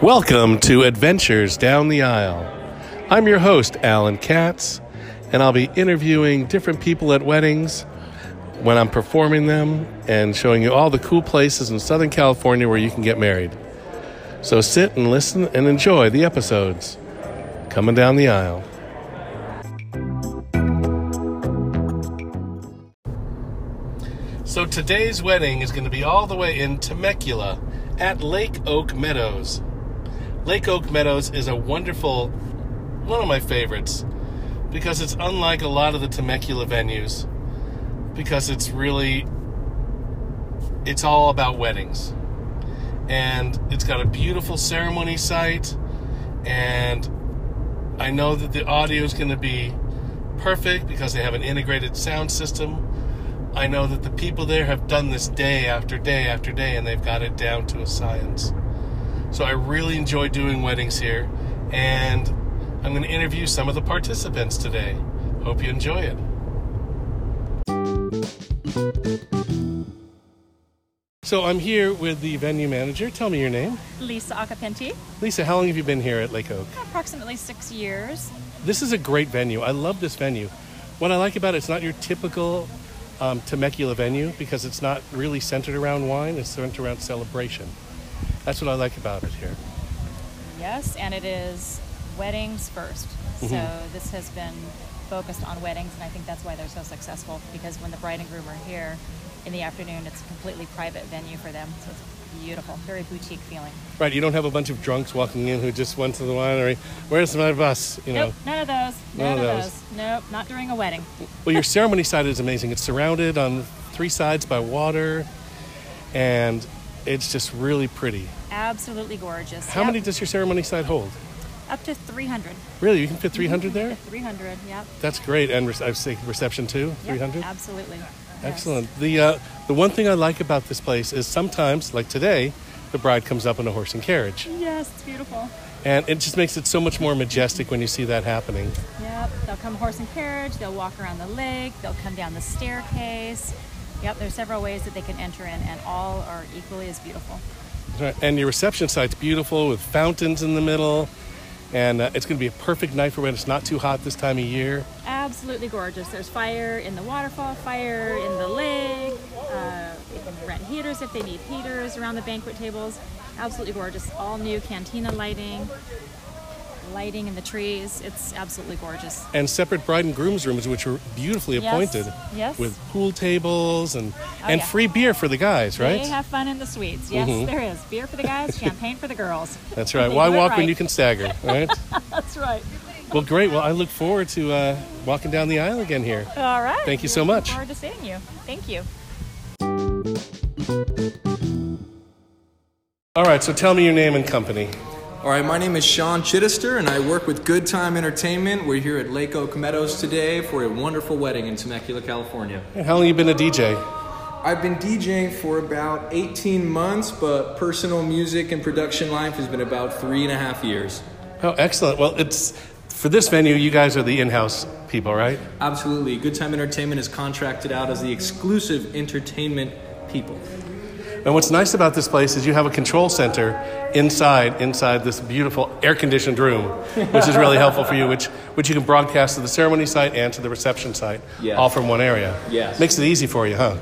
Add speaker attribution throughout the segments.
Speaker 1: Welcome to Adventures Down the Aisle. I'm your host, Alan Katz, and I'll be interviewing different people at weddings when I'm performing them and showing you all the cool places in Southern California where you can get married. So sit and listen and enjoy the episodes. Coming down the aisle. So today's wedding is going to be all the way in Temecula at Lake Oak Meadows. Lake Oak Meadows is a wonderful, one of my favorites, because it's unlike a lot of the Temecula venues, because it's really, it's all about weddings. And it's got a beautiful ceremony site, and I know that the audio is going to be perfect because they have an integrated sound system. I know that the people there have done this day after day after day, and they've got it down to a science. So I really enjoy doing weddings here, and I'm going to interview some of the participants today. Hope you enjoy it. So I'm here with the venue manager. Tell me your name.
Speaker 2: Lisa Acapenti,
Speaker 1: Lisa, how long have you been here at Lake Oak?
Speaker 2: approximately six years.
Speaker 1: This is a great venue. I love this venue. What I like about it, it's not your typical um, Temecula venue because it's not really centered around wine, it's centered around celebration. That's what I like about it here.
Speaker 2: Yes, and it is weddings 1st
Speaker 1: Mm-hmm.
Speaker 2: So this has been focused on weddings, and I think that's why they're so successful because when the bride and groom are here in the afternoon, it's a completely private venue for them. So it's beautiful, very boutique feeling.
Speaker 1: Right, you don't have a bunch of drunks walking in who just went to the winery. Where's my bus? You know.
Speaker 2: Nope, none of those.
Speaker 1: None
Speaker 2: None,
Speaker 1: of
Speaker 2: of
Speaker 1: those.
Speaker 2: those. Nope, not during a wedding.
Speaker 1: Well, your ceremony side is amazing. It's surrounded on three sides by water, and it's just really pretty.
Speaker 2: Absolutely gorgeous.
Speaker 1: How
Speaker 2: Yep.
Speaker 1: many does your ceremony side hold?
Speaker 2: Up to 300.
Speaker 1: Really, you can fit 300
Speaker 2: Mm-hmm.
Speaker 1: there.
Speaker 2: 300, yep.
Speaker 1: That's great, and re- I say reception too.
Speaker 2: Yep,
Speaker 1: 300.
Speaker 2: Absolutely. Yes.
Speaker 1: Excellent. The uh, the one thing I like about this place is sometimes, like today, the bride comes up in a horse and carriage,
Speaker 2: Yes, it's beautiful.
Speaker 1: and it just makes it so much more majestic when you see that happening.
Speaker 2: Yep, they'll come horse and carriage, they'll walk around the lake, they'll come down the staircase. Yep, there's several ways that they can enter in, and all are equally as beautiful.
Speaker 1: Right, And your reception site's beautiful with fountains in the middle. And uh, it's going to be a perfect night for when it's not too hot this time of year.
Speaker 2: Absolutely gorgeous. There's fire in the waterfall, fire in the lake. Uh, they can rent heaters if they need heaters around the banquet tables. Absolutely gorgeous. All new cantina lighting, lighting in the trees. It's absolutely gorgeous.
Speaker 1: And separate bride and groom's rooms, which were beautifully
Speaker 2: Yes,
Speaker 1: appointed
Speaker 2: yes.
Speaker 1: with pool tables and, and
Speaker 2: yeah.
Speaker 1: free beer for the guys, right?
Speaker 2: They have fun in the suites. Yes, there is. Beer for the guys, champagne for the girls.
Speaker 1: That's right.
Speaker 2: They
Speaker 1: Why
Speaker 2: do it
Speaker 1: walk when
Speaker 2: right.
Speaker 1: you can stagger, right?
Speaker 2: That's right.
Speaker 1: well, great. Well, I look forward to uh, walking down the aisle again here.
Speaker 2: All right.
Speaker 1: Thank you so
Speaker 2: Looking
Speaker 1: much.
Speaker 2: Forward to seeing you. Thank you.
Speaker 1: All right, so tell me your name and company.
Speaker 3: All right, my name is Sean Chittister, and I work with Good Time Entertainment. We're here at Lake Oak Meadows today for a wonderful wedding in Temecula, California.
Speaker 1: And How long you been a DJ?
Speaker 3: I've been DJing for about 18 months, but personal music and production life has been about three and a half years.
Speaker 1: Oh, excellent. Well, it's for this venue, you guys are the in house people, right?
Speaker 3: Absolutely, Good Time Entertainment is contracted out as the exclusive entertainment people.
Speaker 1: And what's nice about this place is you have a control center inside inside this beautiful air-conditioned room, which is really helpful for you, which which you can broadcast to the ceremony site and to the reception site,
Speaker 3: Yes.
Speaker 1: all from one area.
Speaker 3: Yes.
Speaker 1: Makes it easy for you, huh?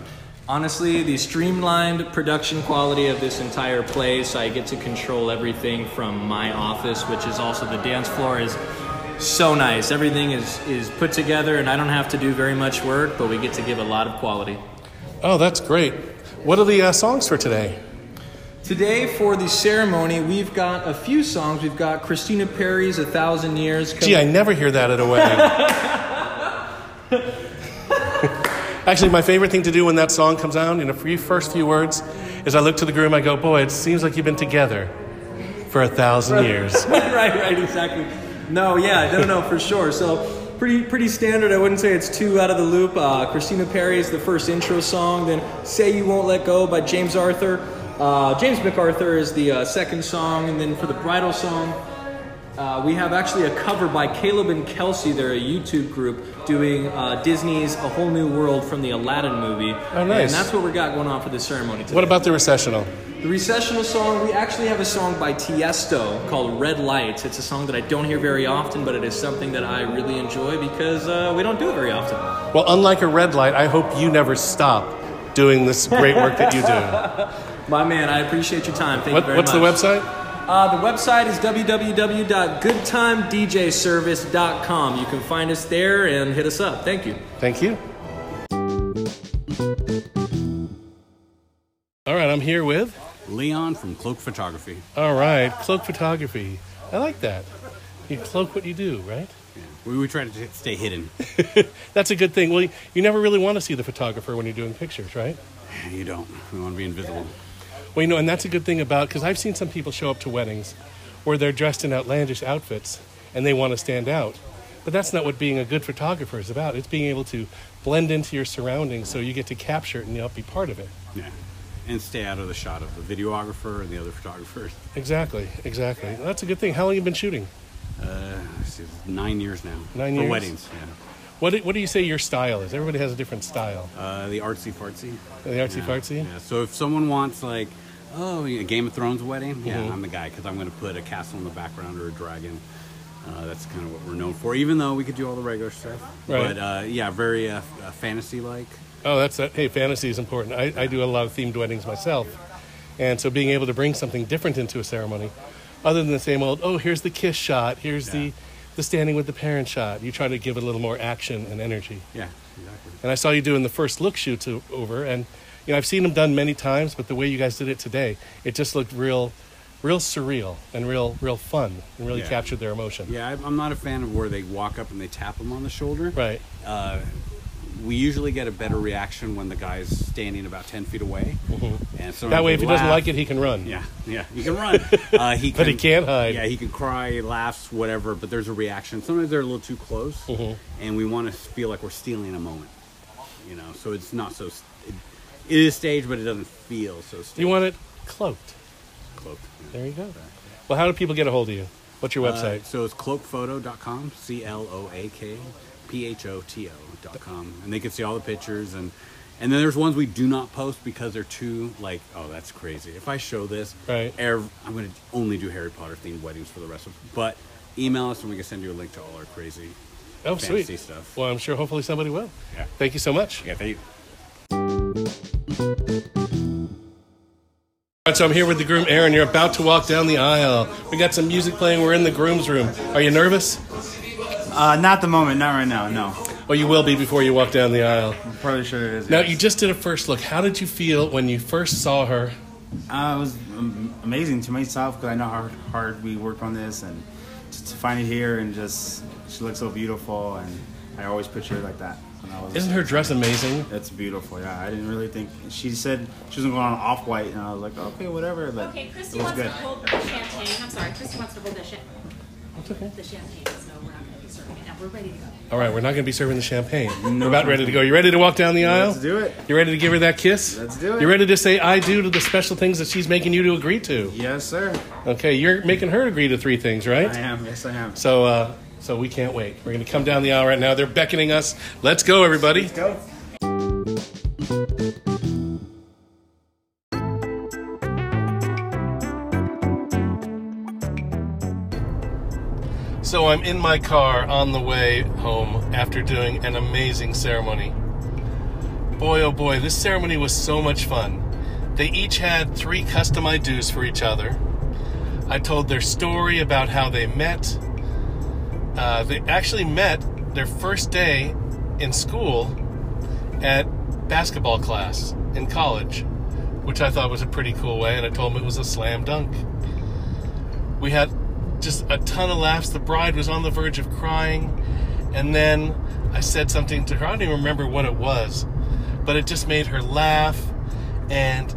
Speaker 3: Honestly, the streamlined production quality of this entire place, I get to control everything from my office, which is also the dance floor, is so nice. Everything is, is put together, and I don't have to do very much work, but we get to give a lot of quality.
Speaker 1: Oh, that's great. What are the uh, songs for today?
Speaker 3: Today, for the ceremony, we've got a few songs. We've got Christina Perry's A Thousand Years.
Speaker 1: Gee, I never hear that at a wedding. Actually, my favorite thing to do when that song comes out in the few, first few words is I look to the groom, I go, boy, it seems like you've been together for a thousand years.
Speaker 3: right, right, exactly. No, yeah, no, no, for sure. So pretty, pretty standard. I wouldn't say it's too out of the loop. Uh, Christina Perry is the first intro song. Then "Say You Won't Let Go" by James Arthur. Uh, James MacArthur is the uh, second song, and then for the bridal song, Uh, we have actually a cover by Caleb and Kelsey. They're a YouTube group doing uh, Disney's A Whole New World from the Aladdin movie.
Speaker 1: Oh, nice.
Speaker 3: And that's what we got going on for this ceremony today.
Speaker 1: What about the recessional?
Speaker 3: The recessional song, we actually have a song by Tiesto called Red Lights. It's a song that I don't hear very often, but it is something that I really enjoy because uh, we don't do it very often.
Speaker 1: Well, unlike a red light, I hope you never stop doing this great work that you do.
Speaker 3: My man, I appreciate your time. Thank you
Speaker 1: What,
Speaker 3: very
Speaker 1: what's the
Speaker 3: much.
Speaker 1: website?
Speaker 3: Uh, the website is www.goodtimedjservice.com. You can find us there and hit us up. Thank you.
Speaker 1: Thank you. All right, I'm here with.
Speaker 4: Leon from Cloak Photography.
Speaker 1: All right, cloak photography. I like that. You cloak what you do, right?
Speaker 4: We, we try to t- stay hidden.
Speaker 1: That's a good thing. Well, you- you never really want to see the photographer when you're doing pictures, right?
Speaker 4: You don't. We want to be invisible.
Speaker 1: Well, you know, and that's a good thing about because I've seen some people show up to weddings where they're dressed in outlandish outfits and they want to stand out. But that's not what being a good photographer is about. It's being able to blend into your surroundings so you get to capture it and help be part of it.
Speaker 4: Yeah. And stay out of the shot of the videographer and the other photographers.
Speaker 1: Exactly, exactly. That's a good thing. How long have you been shooting?
Speaker 4: Uh, this is nine years now.
Speaker 1: Nine
Speaker 4: for
Speaker 1: years?
Speaker 4: weddings. Yeah.
Speaker 1: What do, what do you say your style is? Everybody has a different style.
Speaker 4: Uh, the artsy fartsy.
Speaker 1: The artsy fartsy?
Speaker 4: Yeah. So if someone wants like, oh, a Game of Thrones wedding,
Speaker 1: Mm-hmm.
Speaker 4: yeah, I'm the guy because I'm going to put a castle in the background or a dragon. Uh, that's kind of what we're known for, even though we could do all the regular stuff.
Speaker 1: Right.
Speaker 4: But uh, yeah, very uh, f- uh, fantasy-like.
Speaker 1: Oh, that's that. Hey, fantasy is important. I, I do a lot of themed weddings myself. And so being able to bring something different into a ceremony, other than the same old, oh, here's the kiss shot, here's
Speaker 4: Yeah.
Speaker 1: the, the standing with the parent shot, you try to give it a little more action and energy.
Speaker 4: Yeah, exactly.
Speaker 1: And I saw you doing the first look shoot to, over, and you know, I've seen them done many times, but the way you guys did it today, it just looked real, real surreal and real, real fun and really
Speaker 4: Yeah.
Speaker 1: captured their emotion.
Speaker 4: Yeah, I- I'm not a fan of where they walk up and they tap them on the shoulder.
Speaker 1: Right.
Speaker 4: Uh, we usually get a better reaction when the guy's standing about 10 feet away. And so
Speaker 1: Mm-hmm. That way, if he doesn't like it, he can run.
Speaker 4: Yeah, yeah, he can run. Uh, he
Speaker 1: But he can't hide.
Speaker 4: Yeah, he can cry, laughs, whatever, but there's a reaction. Sometimes they're a little too close,
Speaker 1: Mm-hmm.
Speaker 4: and we want to feel like we're stealing a moment. You know, so it's not so. s- It, it is staged, but it doesn't feel so staged.
Speaker 1: You want it cloaked.
Speaker 4: Cloak.
Speaker 1: There you go. Well, how do people get a hold of you? What's your website?
Speaker 4: Uh, so it's cloakphoto.com, C L O A K P H O T O.com. And they can see all the pictures. And, and then there's ones we do not post because they're too, like, oh, that's crazy. If I show this,
Speaker 1: Right.
Speaker 4: ev- I'm going to only do Harry Potter themed weddings for the rest of But email us and we can send you a link to all our crazy.
Speaker 1: oh,
Speaker 4: fantasy
Speaker 1: sweet.
Speaker 4: stuff.
Speaker 1: Well, I'm sure hopefully somebody will.
Speaker 4: Yeah.
Speaker 1: Thank you so much.
Speaker 4: Yeah, thank you.
Speaker 1: All right, so I'm here with the groom, Aaron. You're about to walk down the aisle. We got some music playing. We're in the groom's room. Are you nervous?
Speaker 5: Uh, not the moment, not right now. No,
Speaker 1: Well, you will be before you walk down the aisle.
Speaker 5: I'm probably sure it is.
Speaker 1: Now,
Speaker 5: yes.
Speaker 1: you just did a first look. How did you feel when you first saw her?
Speaker 5: uh, it was um, amazing to myself because I know how hard we worked on this, and to, to find it here and just she looks so beautiful, and I always picture her like that. When I was,
Speaker 1: Isn't her dress amazing?
Speaker 5: That's beautiful. Yeah, I didn't really think she said she wasn't going on off white, and I was like, okay, whatever. But
Speaker 2: Okay,
Speaker 5: it
Speaker 2: Christy
Speaker 5: was
Speaker 2: wants
Speaker 5: good.
Speaker 2: to hold the champagne. I'm sorry, Christy wants to hold the champagne.
Speaker 1: That's okay.
Speaker 2: The champagne, so we're not gonna be serving it now. We're ready to go.
Speaker 1: All right, we're not going to be serving the champagne. we're about ready to go. You ready to walk down the aisle?
Speaker 5: Let's do it.
Speaker 1: You ready to give her that kiss?
Speaker 5: Let's do it.
Speaker 1: You ready to say I do to the special things that she's making you to agree to?
Speaker 5: Yes, sir.
Speaker 1: Okay, you're making her agree to three things, right?
Speaker 5: I am. Yes, I am.
Speaker 1: So, uh, so we can't wait. We're going to come down the aisle right now. They're beckoning us. Let's go, everybody.
Speaker 5: Go.
Speaker 1: So I'm in my car on the way home after doing an amazing ceremony. Boy, oh boy, this ceremony was so much fun. They each had three custom I do's for each other. I told their story about how they met. Uh, they actually met their first day in school at basketball class in college, which I thought was a pretty cool way, and I told them it was a slam dunk. We had just a ton of laughs. The bride was on the verge of crying. And then I said something to her. I don't even remember what it was, but it just made her laugh. And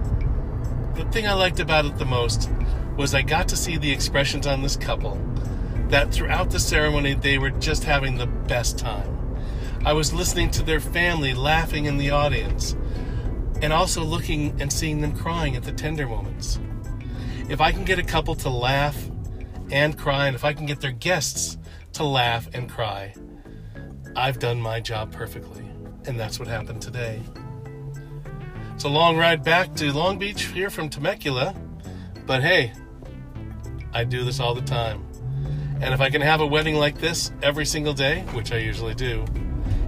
Speaker 1: the thing I liked about it the most was I got to see the expressions on this couple that throughout the ceremony they were just having the best time. I was listening to their family laughing in the audience and also looking and seeing them crying at the tender moments if I can get a couple to laugh and cry, and if I can get their guests to laugh and cry, I've done my job perfectly. And that's what happened today. It's a long ride back to Long Beach here from Temecula, but hey, I do this all the time. And if I can have a wedding like this every single day, which I usually do,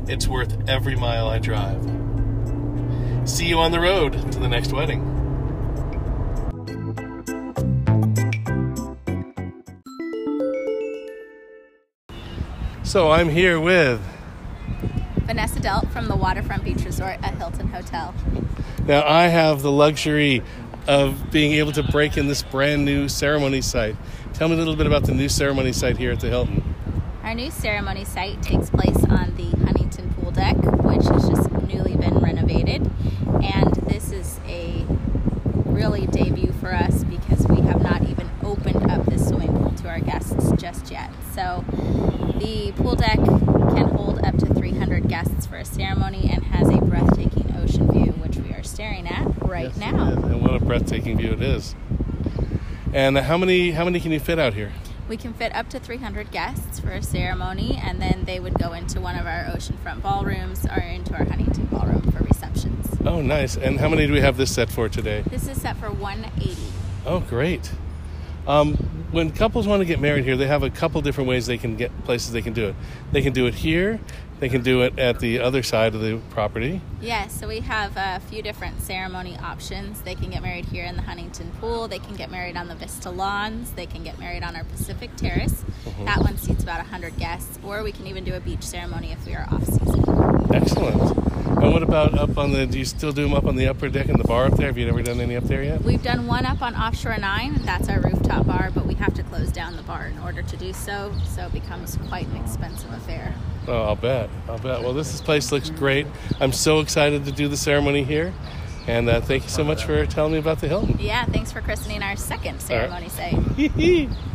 Speaker 1: it's worth every mile I drive. See you on the road to the next wedding. So I'm here with.
Speaker 6: Vanessa Delt from the Waterfront Beach Resort at Hilton Hotel.
Speaker 1: Now I have the luxury of being able to break in this brand new ceremony site. Tell me a little bit about the new ceremony site here at the Hilton.
Speaker 6: Our new ceremony site takes place on the Huntington Pool Deck, which has just newly been renovated. And this is a really debut for us because we have not even opened up this swimming pool to our guests just yet. So the pool deck can hold up to 300 guests for a ceremony and has a breathtaking ocean view, which we are staring at right now.
Speaker 1: And what a breathtaking view it is. And how many how many can you fit out here?
Speaker 6: We can fit up to 300 guests for a ceremony, and then they would go into one of our oceanfront ballrooms or into our Huntington ballroom for receptions.
Speaker 1: Oh, nice. And how many do we have this set for today?
Speaker 6: This is set for 180.
Speaker 1: Oh, great. Um, when couples want to get married here, they have a couple different ways they can get places they can do it. They can do it here. They can do it at the other side of the property.
Speaker 6: Yes, so we have a few different ceremony options. They can get married here in the Huntington Pool, they can get married on the Vista Lawns, they can get married on our Pacific Terrace. That one seats about 100 guests, or we can even do a beach ceremony if we are off season.
Speaker 1: Excellent. And what about up on the? Do you still do them up on the upper deck in the bar up there? Have you never done any up there yet?
Speaker 6: We've done one up on Offshore 9, and that's our rooftop bar, but we have to close down the bar in order to do so, so it becomes quite an expensive affair.
Speaker 1: Oh, I'll bet. I'll bet. Well, this place looks great. I'm so excited to do the ceremony here, and uh, thank you so much for telling me about the Hilton.
Speaker 6: Yeah, thanks for christening our second ceremony site.
Speaker 1: All